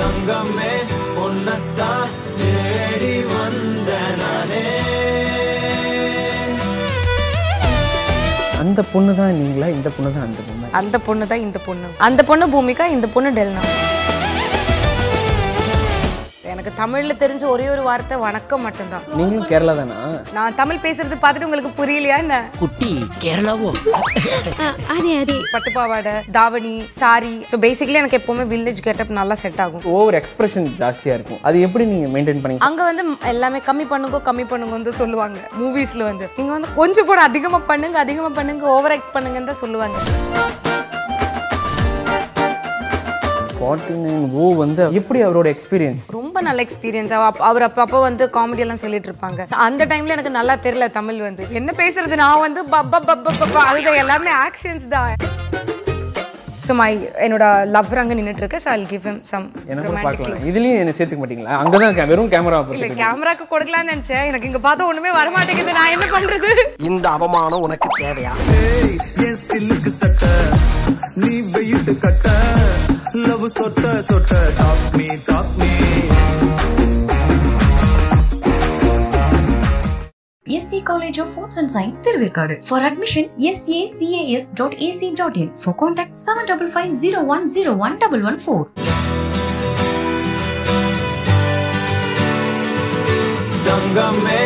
தங்கமே உன்னத்தான் தேடி வந்த நானே அந்த பொண்ணு தான் நீங்களா இந்த பொண்ணு தான் அந்த பொண்ணு அந்த பொண்ணு தான் இந்த பொண்ணு அந்த பொண்ணு பூமிகா இந்த பொண்ணு டெல்னா எனக்கு தமிழ்ல தெரிஞ்ச ஒரே ஒரு வார்த்தை வணக்கம் மட்டும்தான் நீங்களும் கேரளா தானா நான் தமிழ் பேசுறது பார்த்துட்டு உங்களுக்கு புரியலையா என்ன കുട്ടി കേരളവോ பட்டு பாவாடை தாவணி சாரி ஸோ பேசிக்கலி எனக்கு எப்பவுமே வில்லேஜ் கெட்டப் நல்லா செட் ஆகும் ஓவர் எக்ஸ்பிரஷன் ஜாஸ்தியா இருக்கும் அது எப்படி நீங்க மெயின்டைன் பண்ணி அங்க வந்து எல்லாமே கம்மி பண்ணுங்க கம்மி பண்ணுங்க வந்து சொல்லுவாங்க மூவிஸ்ல வந்து நீங்க வந்து கொஞ்சம் கூட அதிகமா பண்ணுங்க அதிகமா பண்ணுங்க ஓவர் ஆக்ட் பண்ணுங்கன்னு தான் சொல்லுவாங்க ஃபார்ட்டி நைன் ஓ வந்து எப்படி அவரோட எக்ஸ்பீரியன்ஸ் ரொம்ப நல்ல எக்ஸ்பீரியன்ஸ் அவர் அப்பப்போ வந்து காமெடி எல்லாம் சொல்லிட்டு இருப்பாங்க அந்த டைம்ல எனக்கு நல்லா தெரியல தமிழ் வந்து என்ன பேசுறது நான் வந்து பப்ப பப்ப பப்பா அதுதான் எல்லாமே ஆக்ஷன்ஸ் தான் ஸோ மை என்னோட லவ்வர் அங்கே நின்றுட்டு இருக்கு so I'll give him some எனக்கு கூட romantic பார்க்கலாம் இதுலயும் என்ன சேர்த்துக்க மாட்டீங்களா அங்கதான் இருக்கேன் வெறும் கேமரா இல்லை கேமராக்கு கொடுக்கலாம்னு நினச்சேன் எனக்கு இங்கே பார்த்தா ஒன்றுமே வரமாட்டேங்குது நான் என்ன பண்ணுறது இந்த அவமானம் உனக்கு தேவையா ஏய், என் சில்லுக்கு சட்ட நீ வெயிட்டு கட்ட லவ் சொட்ட சொட்ட top me top me SC college of arts and science Thiruverkadu for admission SACAS dot AC dot in for contact seven double five zero one zero one double one four தங்கமே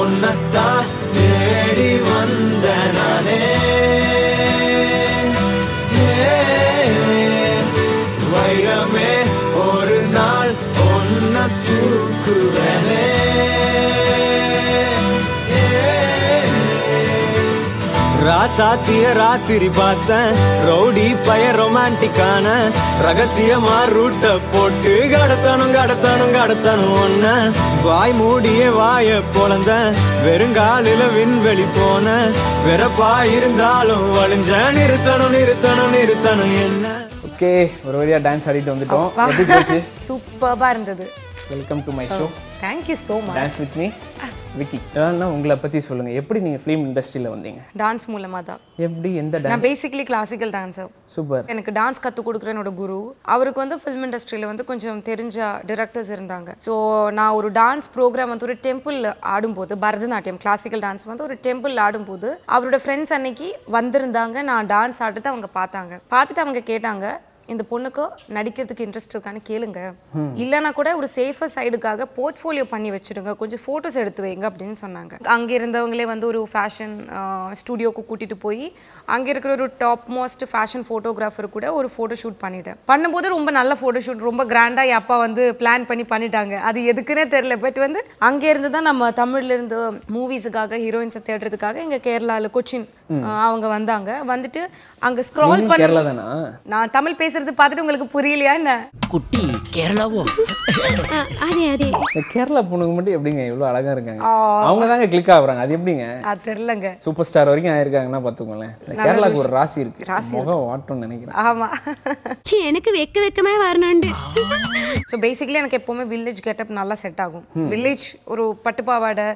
உன்னத்தா தேடி வந்த நானே ஏ, வைரமே ஒரு நாள் உன்னை தூக்குவனே ராசாத்திய ராத்திரி பார்த்தேன் ரவுடி பய ரொமான்டிக்கான ரகசியமா ரூட்ட போட்டு கடத்தணும் கடத்தணும் கடத்தணும் ஒன்ன வாய் மூடிய வாய பொழந்த வெறுங்காலில விண்வெளி போன வெறப்பா இருந்தாலும் வழிஞ்ச நிறுத்தணும் நிறுத்தணும் நிறுத்தணும் என்ன ஓகே ஒரு வழியா டான்ஸ் ஆடிட்டு வந்துட்டோம் எப்படி போச்சு சூப்பராக இருந்தது welcome to my show thank you so much dance with me Vicky ஏன்னா உங்களை பத்தி சொல்லுங்க எப்படி நீங்க ஃபிலிம் இண்டஸ்ட்ரியில வந்தீங்க டான்ஸ் மூலமாக தான் எப்படி எந்த டான்ஸ் நான் பேசிக்கலி கிளாசிக்கல் டான்ஸர் சூப்பர் எனக்கு டான்ஸ் கற்றுக் கொடுக்குற என்னோட குரு அவருக்கு வந்து ஃபிலிம் இண்டஸ்ட்ரியில் வந்து கொஞ்சம் தெரிஞ்ச டிரெக்டர்ஸ் இருந்தாங்க ஸோ நான் ஒரு டான்ஸ் ப்ரோக்ராம் வந்து ஒரு டெம்பிள் ஆடும்போது பரதநாட்டியம் கிளாசிக்கல் டான்ஸ் வந்து ஒரு டெம்பிள் ஆடும்போது அவரோட ஃப்ரெண்ட்ஸ் அன்னைக்கு வந்திருந்தாங்க நான் டான்ஸ் ஆடுறது அவங்க பார்த்தாங்க பார்த்துட்டு அவங்க கேட்டாங்க இந்த பொண்ணுக்கு நடிக்கிறதுக்கு இன்ட்ரெஸ்ட் இருக்கான்னு கேளுங்க இல்லைன்னா கூட ஒரு சேஃபர் சைடுக்காக போர்ட்ஃபோலியோ பண்ணி வச்சிடுங்க கொஞ்சம் ஃபோட்டோஸ் எடுத்து வைங்க அப்படின்னு சொன்னாங்க அங்கே இருந்தவங்களே வந்து ஒரு ஃபேஷன் ஸ்டுடியோக்கு கூட்டிட்டு போய் அங்கே இருக்கிற ஒரு டாப் மோஸ்ட் ஃபேஷன் ஃபோட்டோகிராஃபர் கூட ஒரு ஃபோட்டோ ஷூட் பண்ணிட்டேன் பண்ணும்போது ரொம்ப நல்ல ஃபோட்டோ ஷூட் ரொம்ப கிராண்டாக என் அப்பா வந்து பிளான் பண்ணி பண்ணிட்டாங்க அது எதுக்குன்னே தெரில பட் வந்து அங்கே இருந்து தான் நம்ம தமிழ்ல இருந்து மூவிஸுக்காக ஹீரோயின்ஸை தேடுறதுக்காக இங்கே கேரளாவில் கொச்சின் அஹ், அவங்க வந்தாங்க வந்துட்டு அங்கே ஸ்க்ரால் பண்ணி கேரளா தானா நான் தமிழ் பேசுறது பார்த்துட்டு உங்களுக்கு புரியலையா என்ன കുട്ടി കേരളവോ இந்த கேரளா பொண்ணுங்க மட்டும் எப்படிங்க இவ்வளவு அழகா இருக்காங்க அவங்க தாங்க கிளிக் ஆகுறாங்க அது எப்படிங்க அது தெரிலங்க சூப்பர் ஸ்டார் வரைக்கும் ஆயிருக்காங்கன்னா பாத்துக்கோங்களேன் இந்த கேரளாக்கு ஒரு ராசி இருக்கு முகம் வாட்டம்னு நினைக்கிறேன் ஆமா எனக்கு வெக்க வெக்கமே வரணுண்டு ஸோ பேசிக்கலி எனக்கு எப்போவுமே வில்லேஜ் கெட்டப் நல்லா செட் ஆகும் வில்லேஜ் ஒரு பட்டு பாவாடை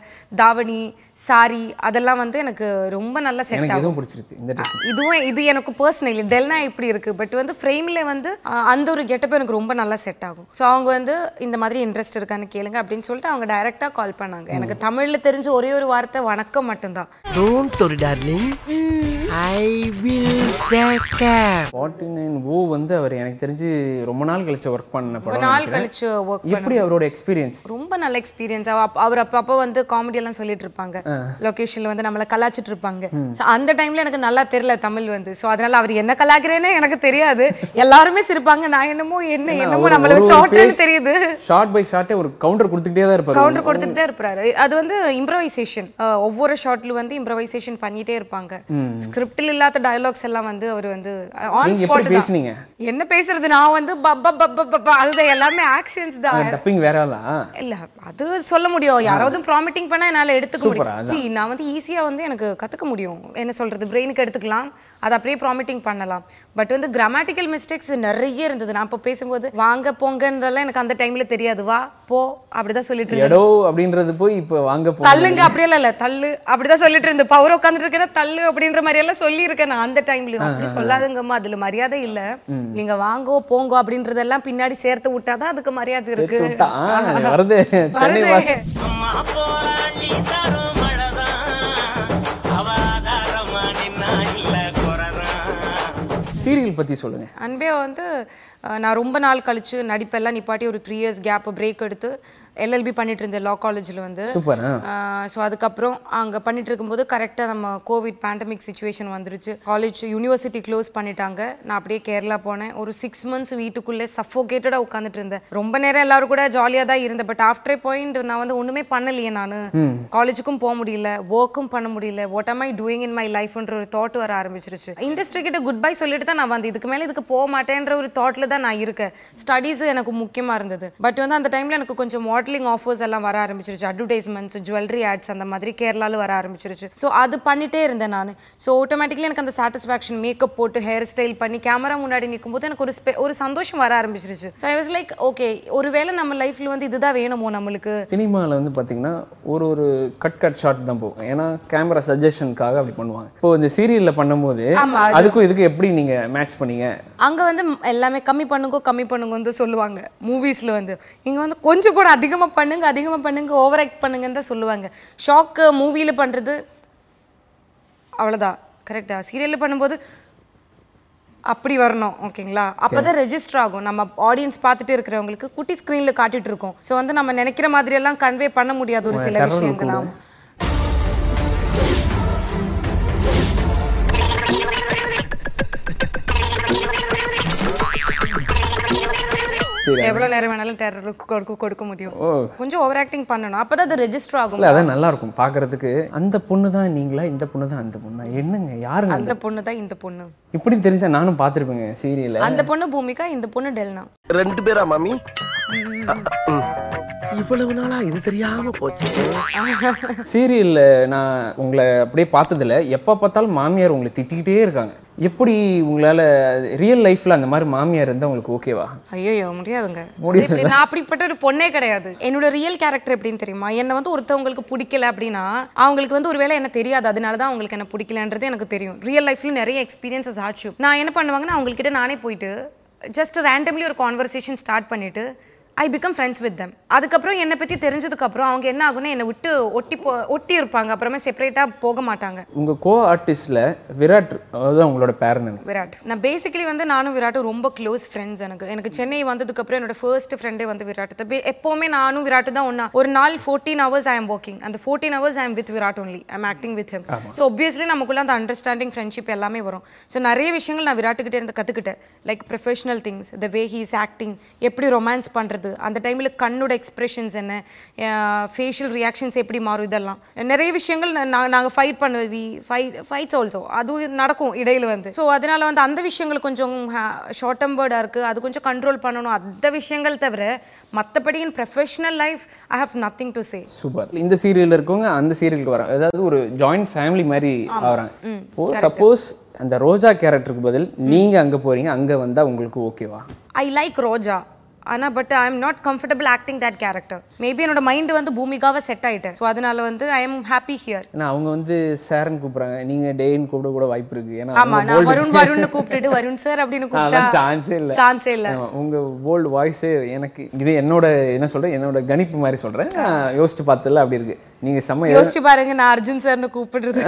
தாவணி சாரி அதெல்லாம் வந்து எனக்கு ரொம்ப நல்லா செட் எனக்கு ஆகும் எதுவும் பிடிச்சிருக்கு இந்த dress. இதுவும் இது எனக்கு பர்சனல் டெல்னா இப்படி இருக்கு பட் வந்து ஃப்ரேம்ல வந்து அஹ், அந்த ஒரு கெட்டப் எனக்கு ரொம்ப நல்லா செட் ஆகும் ஸோ அவங்க வந்து இந்த மாதிரி இன்ட்ரெஸ்ட் இருக்கான்னு கேளுங்க அப்படின்னு சொல்லிட்டு அவங்க டைரக்டா கால் பண்ணாங்க எனக்கு தமிழ்ல தெரிஞ்ச ஒரே ஒரு வார்த்தை வணக்கம் மட்டும்தான் டோன்ட் ஒரு darling I will take care 49 ஓ வந்து அவர் எனக்கு தெரிஞ்சு ரொம்ப நாள் கழிச்சு ஒர்க் பண்ண ஒரு படம் நாள் நினைக்கிறேன். கழிச்சு ஒர்க் எப்படி அவரோட எக்ஸ்பீரியன்ஸ் ரொம்ப நல்ல எக்ஸ்பீரியன்ஸ் அவர் அப்பப்போ வந்து காமெடி எல்லாம் சொல்லிட்டு இருப்பாங்க லொகேஷன்ல வந்து நம்மள கலாச்சிட்டு இருப்பாங்க So, அந்த டைம்ல எனக்கு நல்லா தெரியல தமிழ் வந்து சோ அதனால அவர் என்ன கலாக்கிறேன்னு எனக்கு தெரியாது எல்லாருமே சிரிப்பாங்க நான் என்னமோ என்ன என்னமோ நம்மள வச்சு ஓட்டுன்னு தெரியுது ஷார்ட் பை ஷார்ட்டே ஒரு கவுண்டர் கொடுத்துக்கிட்டே தான் இருப்பாரு கவுண்டர் கொடுத்துட்டு தான் இருப்பாரு அது வந்து இம்ப்ரவைசேஷன் ஒவ்வொரு ஷார்ட்ல வந்து இம்ப்ரவைசேஷன் பண்ணிட்டே இருப்பாங்க ஸ்கிரிப்டில் இல்லாத டயலாக்ஸ் எல்லாம் வந்து அவர் வந்து ஆன் நீங்க எப்படி ஸ்பாட் தான் பேசுனீங்க என்ன பேசுறது நான் வந்து பப்பா பப்பா பப்பா அதுதான் எல்லாமே ஆக்ஷன்ஸ் தான் டப்பிங் வேற ஆளா இல்ல அது சொல்ல முடியும் யாராவது ப்ராமிட்டிங் பண்ணா என்னால எடுத்துக்க Super, முடியும் அதான். See, நான் வந்து ஈஸியா வந்து எனக்கு கத்துக்க முடியும் என்ன சொல்றது பிரெயினுக்கு எடுத்துக்கலாம் அதை அப்படியே ப்ராமிட்டிங் பண்ணலாம் பட் வந்து கிராமட்டிக்கல் மிஸ்டேக்ஸ் நிறைய இருந்தது நான் இப்போ பேசும்போது வாங்க போங்கன்றலாம் எனக்கு அந்த டைம்ல தெரியாது வா போ அப்படிதான் சொல்லிட்டு இருந்தேன் எடோ அப்படின்றது போய் இப்ப வாங்க போ தள்ளுங்க அப்படியெல்லாம் இல்ல தள்ளு அப்படிதான் சொல்லிட்டு இருந்தேன் பவர் உட்காந்துட்டு இருக்கேன்னா தள்ளு அப்படின்ற மாதிரி எல்லாம் சொல்லி இருக்கேன் நான் அந்த டைம்ல அப்படி சொல்லாதுங்கம்மா அதுல மரியாதை இல்ல நீங்க வாங்கோ போங்கோ அப்படின்றதெல்லாம் பின்னாடி சேர்த்து விட்டாதான் அதுக்கு மரியாதை இருக்கு சேர்த்து விட்டா ஆ, வருது சென்னை வாச வருதே. சீரியல் பத்தி சொல்லுங்க அன்பே வந்து அஹ், நான் ரொம்ப நாள் கழிச்சு நடிப்பெல்லாம் நிப்பாட்டி ஒரு த்ரீ இயர்ஸ் கேப் பிரேக் எடுத்து எல்எல்பி பண்ணிட்டு இருந்தேன் லா காலேஜில் வந்து சூப்பர் ஆ. ஸோ அதுக்கப்புறம் அங்கே பண்ணிட்டு இருக்கும்போது கரெக்டாக நம்ம கோவிட் பேண்டமிக் சுச்சுவேஷன் வந்துருச்சு காலேஜ் யூனிவர்சிட்டி க்ளோஸ் பண்ணிட்டாங்க நான் அப்படியே கேரளா போனேன் ஒரு சிக்ஸ் மந்த்ஸ் வீட்டுக்குள்ளே சஃபோகேட்டடாக உட்காந்துட்டு இருந்தேன் ரொம்ப நேரம் எல்லாரும் கூட ஜாலியாக தான் இருந்தேன் பட் ஆஃப்டர் பாயிண்ட் நான் வந்து ஒன்றுமே பண்ணலையே நான் காலேஜுக்கும் போக முடியல ஒர்க்கும் பண்ண முடியல what am I doing in my லைஃப்ன்ற ஒரு தாட் வர ஆரம்பிச்சிருச்சு இண்டஸ்ட்ரி கிட்ட குட் பை சொல்லிட்டு தான் நான் வந்து இதுக்கு மேலே இதுக்கு போக மாட்டேன்ற ஒரு தாட்ல தான் நான் இருக்கேன் ஸ்டடீஸ் எனக்கு முக்கியமாக இருந்தது பட் வந்து அந்த டைமில் எனக்கு கொஞ்சம் மாடலிங் ஆஃபர்ஸ் எல்லாம் வர ஆரம்பிச்சிருச்சு அட்வர்டைஸ்மெண்ட்ஸ் ஜுவல்லரி ஆட்ஸ் அந்த மாதிரி கேரளாவில் வர ஆரம்பிச்சிருச்சு ஸோ அது பண்ணிட்டே இருந்தேன் நான் ஸோ ஆட்டோமேட்டிக்கலி எனக்கு அந்த சாட்டிஸ்ஃபேக்ஷன் மேக்கப் போட்டு ஹேர் ஸ்டைல் பண்ணி கேமரா முன்னாடி நிற்கும்போது எனக்கு ஒரு spe- ஒரு சந்தோஷம் வர ஆரம்பிச்சிருச்சு so I was like okay ஒருவேளை நம்ம லைஃப்பில் வந்து இதுதான் வேணுமோ நம்மளுக்கு சினிமாவில் வந்து பார்த்தீங்கன்னா ஒரு ஒரு கட் கட் ஷாட் தான் போகும் ஏன்னா கேமரா சஜஷனுக்காக அப்படி பண்ணுவாங்க இப்போ இந்த சீரியலில் பண்ணும்போது அதுக்கும் இதுக்கு எப்படி நீங்கள் மேட்ச் பண்ணீங்க அங்க வந்து ம்- எல்லாமே கம்மி பண்ணுங்க கம்மி பண்ணுங்க வந்து சொல்லுவாங்க மூவிஸ்ல வந்து இங்க வந்து கொஞ்சம் கூட அதிகமா பண்ணுங்க அதிகமா பண்ணுங்க ஓவர் ஆக்ட் பண்ணுங்கன்னு தான் சொல்லுவாங்க ஷாக்கு மூவியில பண்றது அவ்வளோதான் கரெக்டா சீரியலில் பண்ணும்போது அப்படி வரணும் ஓகேங்களா அப்பதான் ரெஜிஸ்டர் ஆகும் நம்ம ஆடியன்ஸ் பார்த்துட்டு இருக்கிறவங்களுக்கு குட்டி ஸ்க்ரீனில் காட்டிட்டு இருக்கோம் ஸோ வந்து நம்ம நினைக்கிற மாதிரி எல்லாம் கன்வே பண்ண முடியாது ஒரு சில terror விஷயங்கள் கூட. ஆமா. சரி எவ்வளவு நேரம் வேணாலும் டெரருக்கு கொடுக்க கொடுக்க முடியும் ஓ. கொஞ்சம் ஓவர் ஆக்டிங் பண்ணணும் அப்பதான் அது ரெஜிஸ்டர் ஆகும் இல்லை அதான் நல்லா இருக்கும் பார்க்கறதுக்கு அந்த பொண்ணு தான் நீங்களா இந்த பொண்ணு தான் அந்த பொண்ணா என்னங்க யாருங்க அந்த அந்த பொண்ணு தான் இந்த பொண்ணு இப்படி தெரிஞ்சா நானும் பார்த்துருப்பேங்க சீரியலில் அந்த பொண்ணு பூமிகா இந்த பொண்ணு டெல்னா ரெண்டு பேரா மாமி இவ்வளவு நாளா இது தெரியாம போச்சு சீரியலில் நான் உங்களை அப்படியே பார்த்ததில்ல எப்போ பார்த்தாலும் மாமியார் உங்களை திட்டிக்கிட்டே இருக்காங்க எப்படி உங்களால் ரியல் லைஃப்பில் அந்த மாதிரி மாமியார் இருந்தால் உங்களுக்கு ஓகேவா ஐயோ முடியாதுங்க இப்படி- நான் அப்படிப்பட்ட ஒரு பொண்ணே கிடையாது என்னோட ரியல் கேரக்டர் எப்படின்னு தெரியுமா என்ன வந்து ஒருத்தவங்களுக்கு பிடிக்கல அப்படின்னா அவங்களுக்கு வந்து ஒருவேளை என்ன தெரியாது அதனால தான் அவங்களுக்கு என்ன பிடிக்கலன்றது எனக்கு தெரியும் ரியல் லைஃப்ல நிறைய எக்ஸ்பீரியன்சஸ் ஆச்சு நான் என்ன பண்ணுவாங்கன்னா அவங்கக்கிட்ட நானே போயிட்டு ஜஸ்ட் ரேண்டம்லி ஒரு கான்வர்சேஷன் ஸ்டார்ட் பண்ணிட்டு I become friends with them அதுக்கப்புறம் என்னை பற்றி தெரிஞ்சதுக்கப்புறம் அவங்க என்ன ஆகும்னா என்னை விட்டு ஒட்டி போ ஒட்டி இருப்பாங்க அப்புறமே செப்பரேட்டாக போக மாட்டாங்க உங்கள் கோ ஆர்டிஸ்டில் விராட் அதுதான் உங்களோட பேரன் விராட் நான் பேசிக்கலி வந்து நானும் விராட்டும் ரொம்ப க்ளோஸ் ஃப்ரெண்ட்ஸ் எனக்கு எனக்கு சென்னை வந்ததுக்கப்புறம் என்னோட ஃபர்ஸ்ட் ஃப்ரெண்டே வந்து விராட் தான் பே- எப்போவுமே நானும் விராட்டு தான் ஒன்றா ஒரு நாள் fourteen hours I am working அந்த fourteen hours I am with Virat only I am acting with him so obviously நமக்குள்ள அந்த அண்டர்ஸ்டாண்டிங் ஃப்ரெண்ட்ஷிப் எல்லாமே வரும் ஸோ நிறைய விஷயங்கள் நான் விராட்டுக்கிட்டே இருந்து கற்றுக்கிட்டேன் like professional things the way he's acting எப்படி ரொமான்ஸ் பண்ணுறது அந்த டைமில் கண்ணோட எக்ஸ்பிரஷன்ஸ் என்ன ஃபேஷியல் ரியாக்ஷன்ஸ் எப்படி மாறும் இதெல்லாம் நிறைய விஷயங்கள் நாங்கள் ஃபைட் பண்ணுவோம் வி ஃபைட் ஃபைட்ஸ் ஆல்சோ அதுவும் நடக்கும் இடையில வந்து ஸோ அதனால வந்து அந்த விஷயங்கள் கொஞ்சம் ஷார்ட் டேர்ம் பேர்டாக இருக்குது அது கொஞ்சம் கண்ட்ரோல் பண்ணணும் அந்த விஷயங்கள் தவிர மற்றபடி in professional life I have nothing to say super இந்த சீரியல்ல இருக்கவங்க அந்த சீரியலுக்கு வராங்க அதாவது ஒரு ஜாயிண்ட் ஃபேமிலி மாதிரி ஆகிறாங்க இப்போ சப்போஸ் அந்த ரோஜா கேரக்டருக்கு பதில் நீங்க அங்க போறீங்க அங்க வந்தா உங்களுக்கு ஓகேவா ஐ லைக் ரோஜா ஆனால் but I am not comfortable acting that character maybe என்னோட மைண்டு வந்து பூமிகாவை செட் ஆயிட்டேன் ஸோ அதனால வந்து ஐ எம் ஹாப்பி ஹியர் ஏன்னா அவங்க வந்து சாரன் கூப்பிடுறாங்க நீங்க டேன்னு கூப்பிட கூட வாய்ப்பு இருக்கு ஏன்னா ஆமா அவங்க நான் bold- வருண் வருண்னு கூப்பிட்டுட்டு வருண் சார் அப்படின்னு கூப்பிட்டா அதெல்லாம் சான்ஸே இல்ல சான்ஸே இல்ல ஆமா, உங்க போல்டு வாய்ஸே எனக்கு இது என்னோட என்ன சொல்றேன் என்னோட கணிப்பு மாதிரி சொல்றேன் நான் யோசிச்சு பார்த்ததுல அப்படி இருக்கு நீங்க செம்ம யோசிச்சு பாருங்க நான் அர்ஜுன் சார்னு கூப்பிடுறது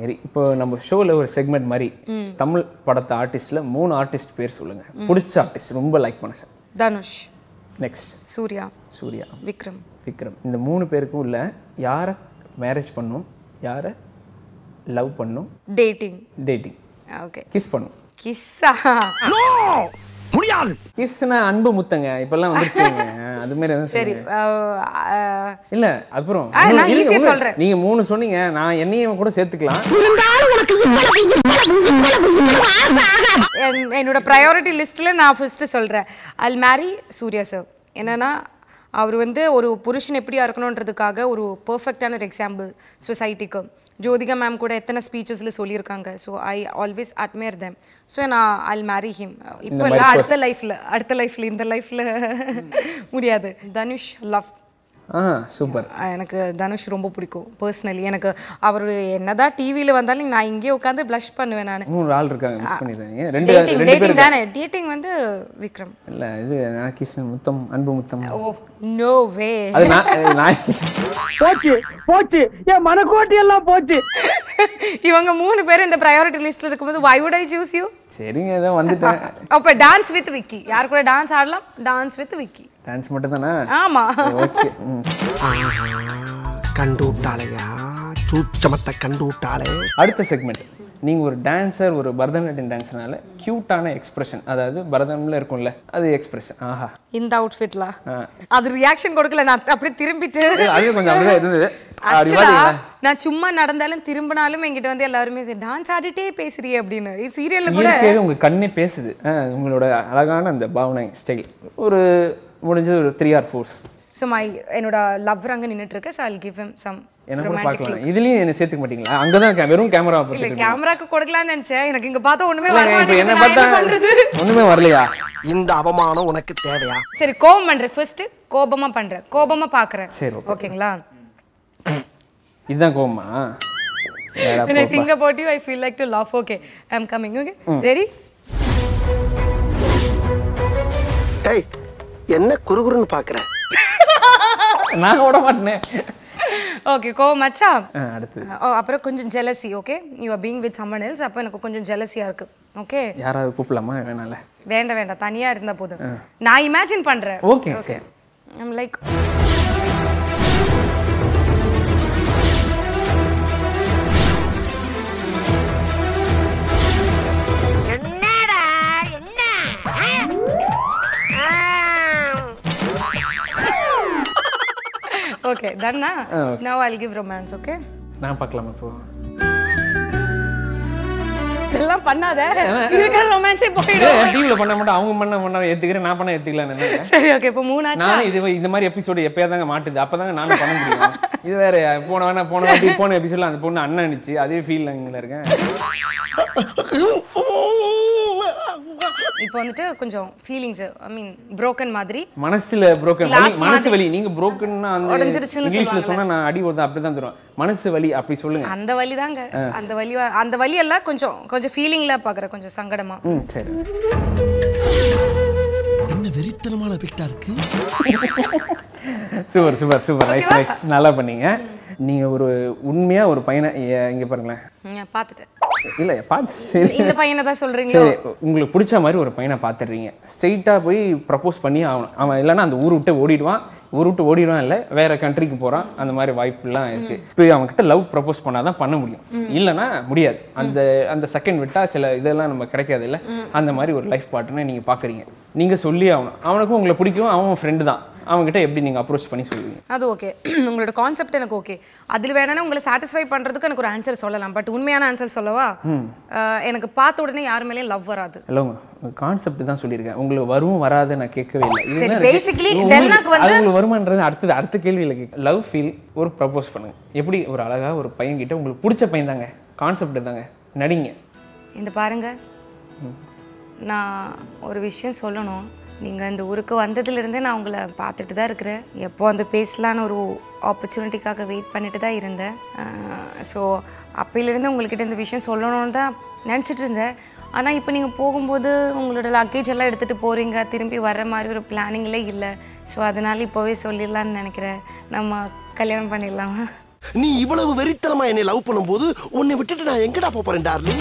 சரி இப்போ நம்ம ஷோவில் ஒரு செக்மெண்ட் மாதிரி தமிழ் படத்து ஆர்டிஸ்டில் மூணு ஆர்டிஸ்ட் பேர் சொல்லுங்க பிடிச்ச ஆர்டிஸ்ட் ரொம்ப லைக் பண்ண சார் தனுஷ் நெக்ஸ்ட் சூர்யா சூர்யா விக்ரம் விக்ரம் இந்த மூணு பேருக்கும் உள்ள யாரை மேரேஜ் பண்ணும் யாரை லவ் பண்ணும் டேட்டிங் டேட்டிங் ஓகே கிஸ் பண்ணும் கிஸ்ஸா முடியாது கிஸ்னா அன்பு முத்தங்க இப்பெல்லாம் வந்துருச்சுங்க அது மாதிரி எதுவும் சரி சொல்லுங்க. அஹ், அஹ், இல்ல அப்புறம் ஆ, இன்னும் நான் இருங்க, easy ஆ இன்னும் சொல்றேன். நீங்க மூணு சொன்னீங்க நான் என்னையும் கூட சேர்த்துக்கலாம் என்- என்னோட ப்ரையாரிட்டி லிஸ்ட்டில் நான் ஃபஸ்ட்டு சொல்கிறேன் அல் மேரி சூர்யா சார் என்னன்னா அவர் வந்து ஒரு புருஷன் எப்படியா இருக்கணுன்றதுக்காக ஒரு பர்ஃபெக்டான ஒரு எக்ஸாம்பிள் சொசைட்டிக்கு ஜோதிகா மேம் கூட எத்தனை ஸ்பீச்சஸில் சொல்லியிருக்காங்க so I always admire them so நான் அல் மேரி ஹிம் இப்போ மாதிரி இல்லை அடுத்த லைஃப்பில் அடுத்த லைஃப்பில் இந்த லைஃப்பில் முடியாது தனுஷ் லவ் ஆ சூப்பர் எனக்கு தனுஷ் ரொம்ப பிடிக்கும் பர்சனலி எனக்கு அவர் என்னதான் டிவியில் வந்தாலும் நான் இங்கேயே உட்காந்து ப்ளஷ் பண்ணுவேன் நான் மூணு ஆள் இருக்காங்க மிஸ் பண்ணிட்டாங்க ரெண்டு டேட்டிங் ரெண்டு பேர் டேட்டிங் தானே டேட்டிங் வந்து விக்ரம் இல்ல இது நான் கிருஷ்ணன் முத்தம் அன்பு முத்தம் ஓ நோ வே அது நான் அது நான் இவங்க மூணு பேரும் இந்த ப்ரையாரிட்டி லிஸ்ட்ல இருக்கும்போது why would I choose you சரிங்க ஏதோ வந்துட்டேன் அப்ப டான்ஸ் வித் விக்கி யார் கூட டான்ஸ் ஆடலாம் டான்ஸ் வித் விக்கி டான்ஸ் மட்டும் தானே ஆமா ஓகே கண்டு விட்டாளையா சூச்சமத்தை கண்டு விட்டாளே அடுத்த செக்மெண்ட் நீங்கள் ஒரு டான்ஸர் ஒரு பரதநாட்டியம் டான்ஸர்னால க்யூட்டான எக்ஸ்பிரஷன் அதாவது பரதமில் இருக்கும்ல அது எக்ஸ்பிரஷன் ஆஹா இந்த அவுட்ஃபிட்ல அது ரியாக்ஷன் கொடுக்கல நான் அப்படியே திரும்பிட்டு அது கொஞ்சம் அப்படியே இருந்தது அப்படி Actually, பார்த்தீங்களா நான் சும்மா நடந்தாலும் திரும்பினாலும் என்கிட்ட வந்து எல்லாருமே டான்ஸ் ஆடிட்டே பேசுறியே அப்படின்னு சீரியல்ல கூட இயற்கையாகவே உங்கள் கண்ணே பேசுது ஆ, உங்களோட அழகான அந்த பாவனை ஸ்டைல் ஒரு முடிஞ்சது ஒரு three or fours so my என்னோட லவ் அங்க நின்னுட்டு இருக்கு so I'll give him some எனக்கு கூட romantic பார்க்கலாம் இதுலேயும் என்ன சேர்த்துக்க மாட்டீங்களா அங்கே தான் இருக்கேன் வெறும் கேமரா இல்ல பார்த்துட்டு கேமராக்கு கொடுக்கலாம்னு நினைச்சேன் எனக்கு இங்க பார்த்தா ஒண்ணுமே வர இப்போ மாட்டேங்குது. என்ன நான் பார்த்தா என்ன பண்றது ஒன்றுமே வரலையா இந்த அவமானம் உனக்கு தேவையா சரி கோபம் பண்றேன் ஃபர்ஸ்ட் கோபமா பண்றேன் கோபமா பாக்குறேன் சரி, okay. ஓகேங்களா இதுதான் கோமா When I think about you, I feel like to laugh. Okay, I'm coming. Okay, Mm. ready? டேய் என்ன குறுகுறுன்னு பாக்குற நான் ஓட மாட்டேனே Okay, கோவமாச்சா ஆ, அடுத்து ஓ அப்புறம் கொஞ்சம் jealousy okay you are being with someone else அப்போ எனக்கு கொஞ்சம் ஜெலசியாக இருக்கு ஓகே யாராவது கூப்பிடலாமா வேணாம்ல வேண்டாம் வேண்டாம் தனியாக இருந்த போதும் நான் இமேஜின் பண்ணுறேன் okay okay I'm like okay தன்னா okay. Now I'll give romance okay நான் பார்க்கலாமா இப்போ இதெல்லாம் பண்ணாத இருக்கிற ரொமான்ஸே போயிடும் டிவில பண்ண மாட்டேன் அவங்க பண்ண பண்ண ஏத்துக்கிறேன் நான் பண்ண ஏத்துக்கலாம் நினைக்கிறேன் சரி ஓகே இப்போ மூணாச்சு நானும் இது இந்த மாதிரி எபிசோடு எப்பயாதாங்க மாட்டுது அப்பதாங்க நானும் பண்ண முடியும் இது வேற போன வேணா போன வாட்டி போன எபிசோட்ல அந்த பொண்ணு அண்ணன் அடிச்சு அதே ஃபீல் அங்கே இருக்கேன் இப்போ வந்துட்டு கொஞ்சம் ஃபீலிங்ஸ் ஐ மீன் broken மாதிரி மனசுல broken வலி மனசு வலி நீங்க brokenன்னா அந்த உடைஞ்சிருச்சுன்னு இங்கிலீஷ்ல சொன்னா நான் அடி ஒருத்தன் அப்படிதான் தருவேன் மனசு வலி அப்படி சொல்லுங்க அந்த வலி தாங்க அந்த வலி வ- அந்த வலி எல்லாம் கொஞ்சம் கொஞ்சம் ஃபீலிங்ல பாக்குற கொஞ்சம் சங்கடமா ம் சரி என்ன வெறித்தனமான எஃபெக்டா இருக்கு super super super nice nice நல்லா பண்ணீங்க நீங்க ஒரு உண்மையா ஒரு பையனை ஏ, இங்க பாருங்களேன் ம், பாத்துட்டேன் இல்ல பார்த்து சரி இந்த பையனை தான் சொல்றீங்களோ சரி உங்களுக்கு பிடிச்ச மாதிரி ஒரு பையனை பார்த்துடுறீங்க ஸ்ட்ரெயிட்டாக போய் ப்ரப்போஸ் பண்ணி ஆகணும் அவன் இல்லைன்னா அந்த ஊர் விட்டு ஓடிடுவான் ஊர் விட்டு ஓடிடுவான் இல்லை வேற கண்ட்ரிக்கு போகிறான் அந்த மாதிரி வாய்ப்புலாம் இருக்கு இப்போ அவன்கிட்ட லவ் ப்ரப்போஸ் பண்ணாதான் பண்ண முடியும் இல்லைன்னா முடியாது அந்த அந்த செகண்ட் விட்டா சில இதெல்லாம் நம்ம கிடைக்காது இல்லை அந்த மாதிரி ஒரு லைஃப் பார்ட்னர் நீங்கள் பார்க்குறீங்க நீங்கள் சொல்லி ஆகணும் அவனுக்கும் உங்களை பிடிக்கும் அவன் ஃப்ரெண்டு தான் அவன்கிட்ட எப்படி நீங்கள் அப்ரோச் பண்ணி சொல்லுவீங்க அது ஓகே உங்களோட கான்செப்ட் எனக்கு ஓகே அதுல வேணா உங்களை சாட்டிஸ்ஃபை பண்றதுக்கு எனக்கு ஒரு ஆன்சர் சொல்லலாம் பட் உண்மையான ஆன்சர் சொல்லவா அஹ், எனக்கு பார்த்த உடனே யார் மேலயும் லவ் வராது ஹலோ கான்செப்ட் தான் சொல்லியிருக்கேன் உங்களுக்கு வரும் வராது நான் கேட்கவே இல்லை இதுதான் இருக்கு. basically உங்களுக்கு- டெல்லாக்கு வந்து- அது உங்களுக்கு வருமானது அடுத்தது அடுத்த கேள்வியில் கேட்க லவ் ஃபீல் ஒரு ப்ரப்போஸ் பண்ணுங்க எப்படி ஒரு அழகா ஒரு பையன் கிட்ட உங்களுக்கு பிடிச்ச பையன் தாங்க கான்செப்ட் தாங்க நடிங்க இந்த பாருங்க நான் ஒரு விஷயம் சொல்லணும் நீங்க இந்த ஊருக்கு வந்ததுலேருந்தே நான் உங்களை பார்த்துட்டு தான் இருக்கிறேன் எப்போ வந்து பேசலான்னு ஒரு ஆப்பர்ச்சுனிட்டிக்காக வெயிட் பண்ணிட்டு தான் இருந்தேன் ஸோ அப்போயிலேருந்து உங்கள்கிட்ட இந்த விஷயம் சொல்லணும்னு தான் நினச்சிட்டு இருந்தேன் ஆனால் இப்போ நீங்கள் போகும்போது உங்களோட லக்கேஜ் எல்லாம் எடுத்துகிட்டு போகிறீங்க திரும்பி வர்ற மாதிரி ஒரு பிளானிங்லே இல்லை ஸோ அதனால இப்போவே சொல்லிடலான்னு நினைக்கிறேன் நம்ம கல்யாணம் பண்ணிடலாமா நீ இவ்வளவு வெறித்தனமா என்னை லவ் பண்ணும்போது உன்னை விட்டுட்டு நான் எங்கடா போப் போறேன் darling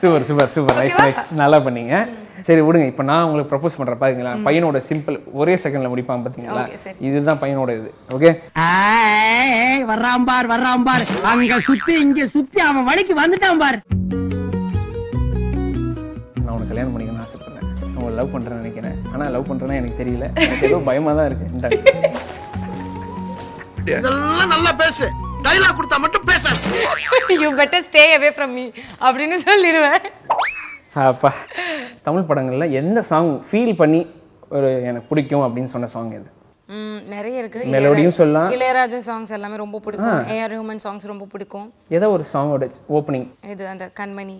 super super super nice nice நல்லா பண்ணீங்க சரி விடுங்க இப்போ நான் உங்களுக்கு ப்ரப்போஸ் பண்ணுறேன் பாருங்களேன் பையனோட சிம்பிள் ஒரே செகண்ட்ல முடிப்பான் பார்த்தீங்களா Okay, சரி. இதுதான் பையனோட இது ஓகே வர்றான் பார் வர்றான் பார் அங்க சுத்தி இங்க சுத்தி அவன் வழிக்கு வந்துட்டான் பார் நான் உனக்கு கல்யாணம் பண்ணிக்கணும்னு ஆசைப்படுறேன் உங்களை லவ் பண்ணுறேன்னு நினைக்கிறேன் ஆனால் லவ் பண்ணுறேன்னா எனக்கு தெரியல எனக்கு ஏதோ பயமாக தான் இருக்கு இந்தாங்க. இதெல்லாம் நல்லா பேசு டைலாக் கொடுத்தா மட்டும் பேச you better stay away from me அப்படின்னு சொல்லிடுவேன் அப்பா தமிழ் படங்கள்ல எந்த சாங் ஃபீல் பண்ணி ஒரு எனக்கு பிடிக்கும் அப்படின்னு சொன்ன சாங் இது ம், நிறைய இருக்கு மெலோடியும் இளையரா- சொல்லலாம். இளையராஜா சாங்ஸ் எல்லாமே ரொம்ப பிடிக்கும் ஏஆர் ரஹ்மான் சாங்ஸ் ரொம்ப பிடிக்கும் ஏதோ ஒரு சாங்கோட ஓப்பனிங் இது அந்த கண்மணி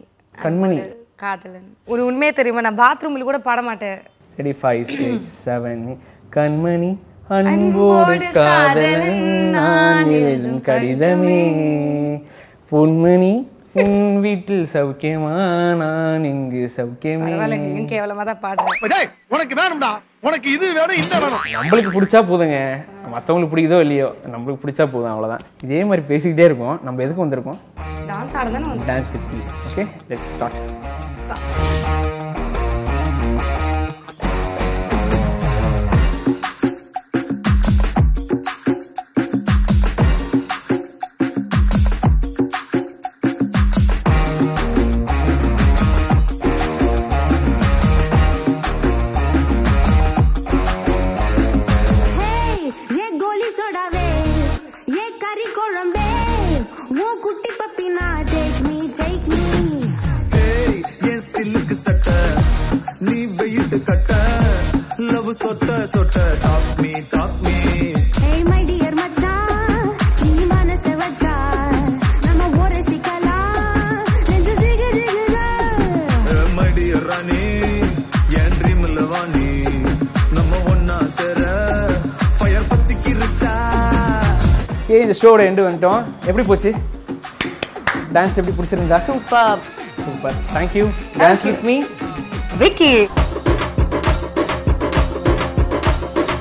கண்மணி காதலன் ஒரு உண்மையே தெரியுமா நான் பாத்ரூம்ல கூட பாட மாட்டேன் ரெடி ஃபைவ் சிக்ஸ் செவன் கண்மணி அன்போடு காதலன் நான் எழுதும் கடிதமே பொன்மணி உன் வீட்டில் சௌக்கியமா நான் இங்கு சௌக்கியமே பரவாயில்லைங்க கேவலமா தான் பாடுறேன் உனக்கு வேணும்டா உனக்கு இது வேணும் இந்த வேணும் நம்மளுக்கு பிடிச்சா போதுங்க மற்றவங்களுக்கு பிடிக்குதோ இல்லையோ நம்மளுக்கு பிடிச்சா போதும் அவ்வளோதான் இதே மாதிரி பேசிக்கிட்டே இருக்கோம் நம்ம எதுக்கு வந்திருக்கோம் டான்ஸ் ஆட தானே வந்து dance with okay let's start ஏ கோலி சோடாவே ஏ கறி குழம்பே ஓ குட்டி பப்பினா டேக் மீ டேக் மீ ஏய், என் சில்லுக்கு சட்டை நீ வெயிட்டு கட்ட லவ் சொட்ட சொட்ட டாப் மீ டாப் மீ ஏய் மை டியர் மச்சான் நீ மனச வச்சா நம்ம ஒரே சிக்கலாம் நெஞ்சு ஜிகு ஜிகுதா மடி ராணி என் ட்ரீம்ல வாணி நம்ம ஒன்னா சேர ஃபயர் பத்திக்கிருச்சா ஏய் இந்த ஷோட எண்டு வந்துட்டோம் எப்படி போச்சு டான்ஸ் எப்படி பிடிச்சிருந்தா super super thank you dance with me Vicky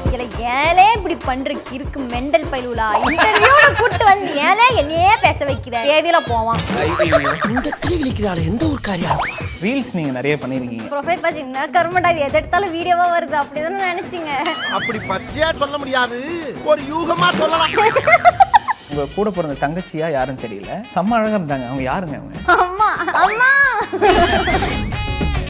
இதுல ஏலே இப்படி பண்ற இருக்கு மெண்டல் பயிலுலா இன்டர்வியூல கூட்டு வந்து ஏலே என்னையே பேச வைக்கிற ஏதில போவான் இந்த கிளிக்கிறாள் எந்த ஒரு காரியம் ரீல்ஸ் நீங்கள் நிறைய பண்ணியிருக்கீங்க ப்ரொஃபைல் பாஸ் என்ன கர்மடா எது எடுத்தாலும் வீடியோவா வருது அப்படிதானே நினைச்சீங்க அப்படி பச்சையா சொல்ல முடியாது ஒரு யூகமா சொல்லலாம் உங்க கூட பிறந்த தங்கச்சியா யாருன்னு தெரியல செம்ம அழகா இருந்தாங்க அவங்க யாருங்க அவங்க அம்மா அம்மா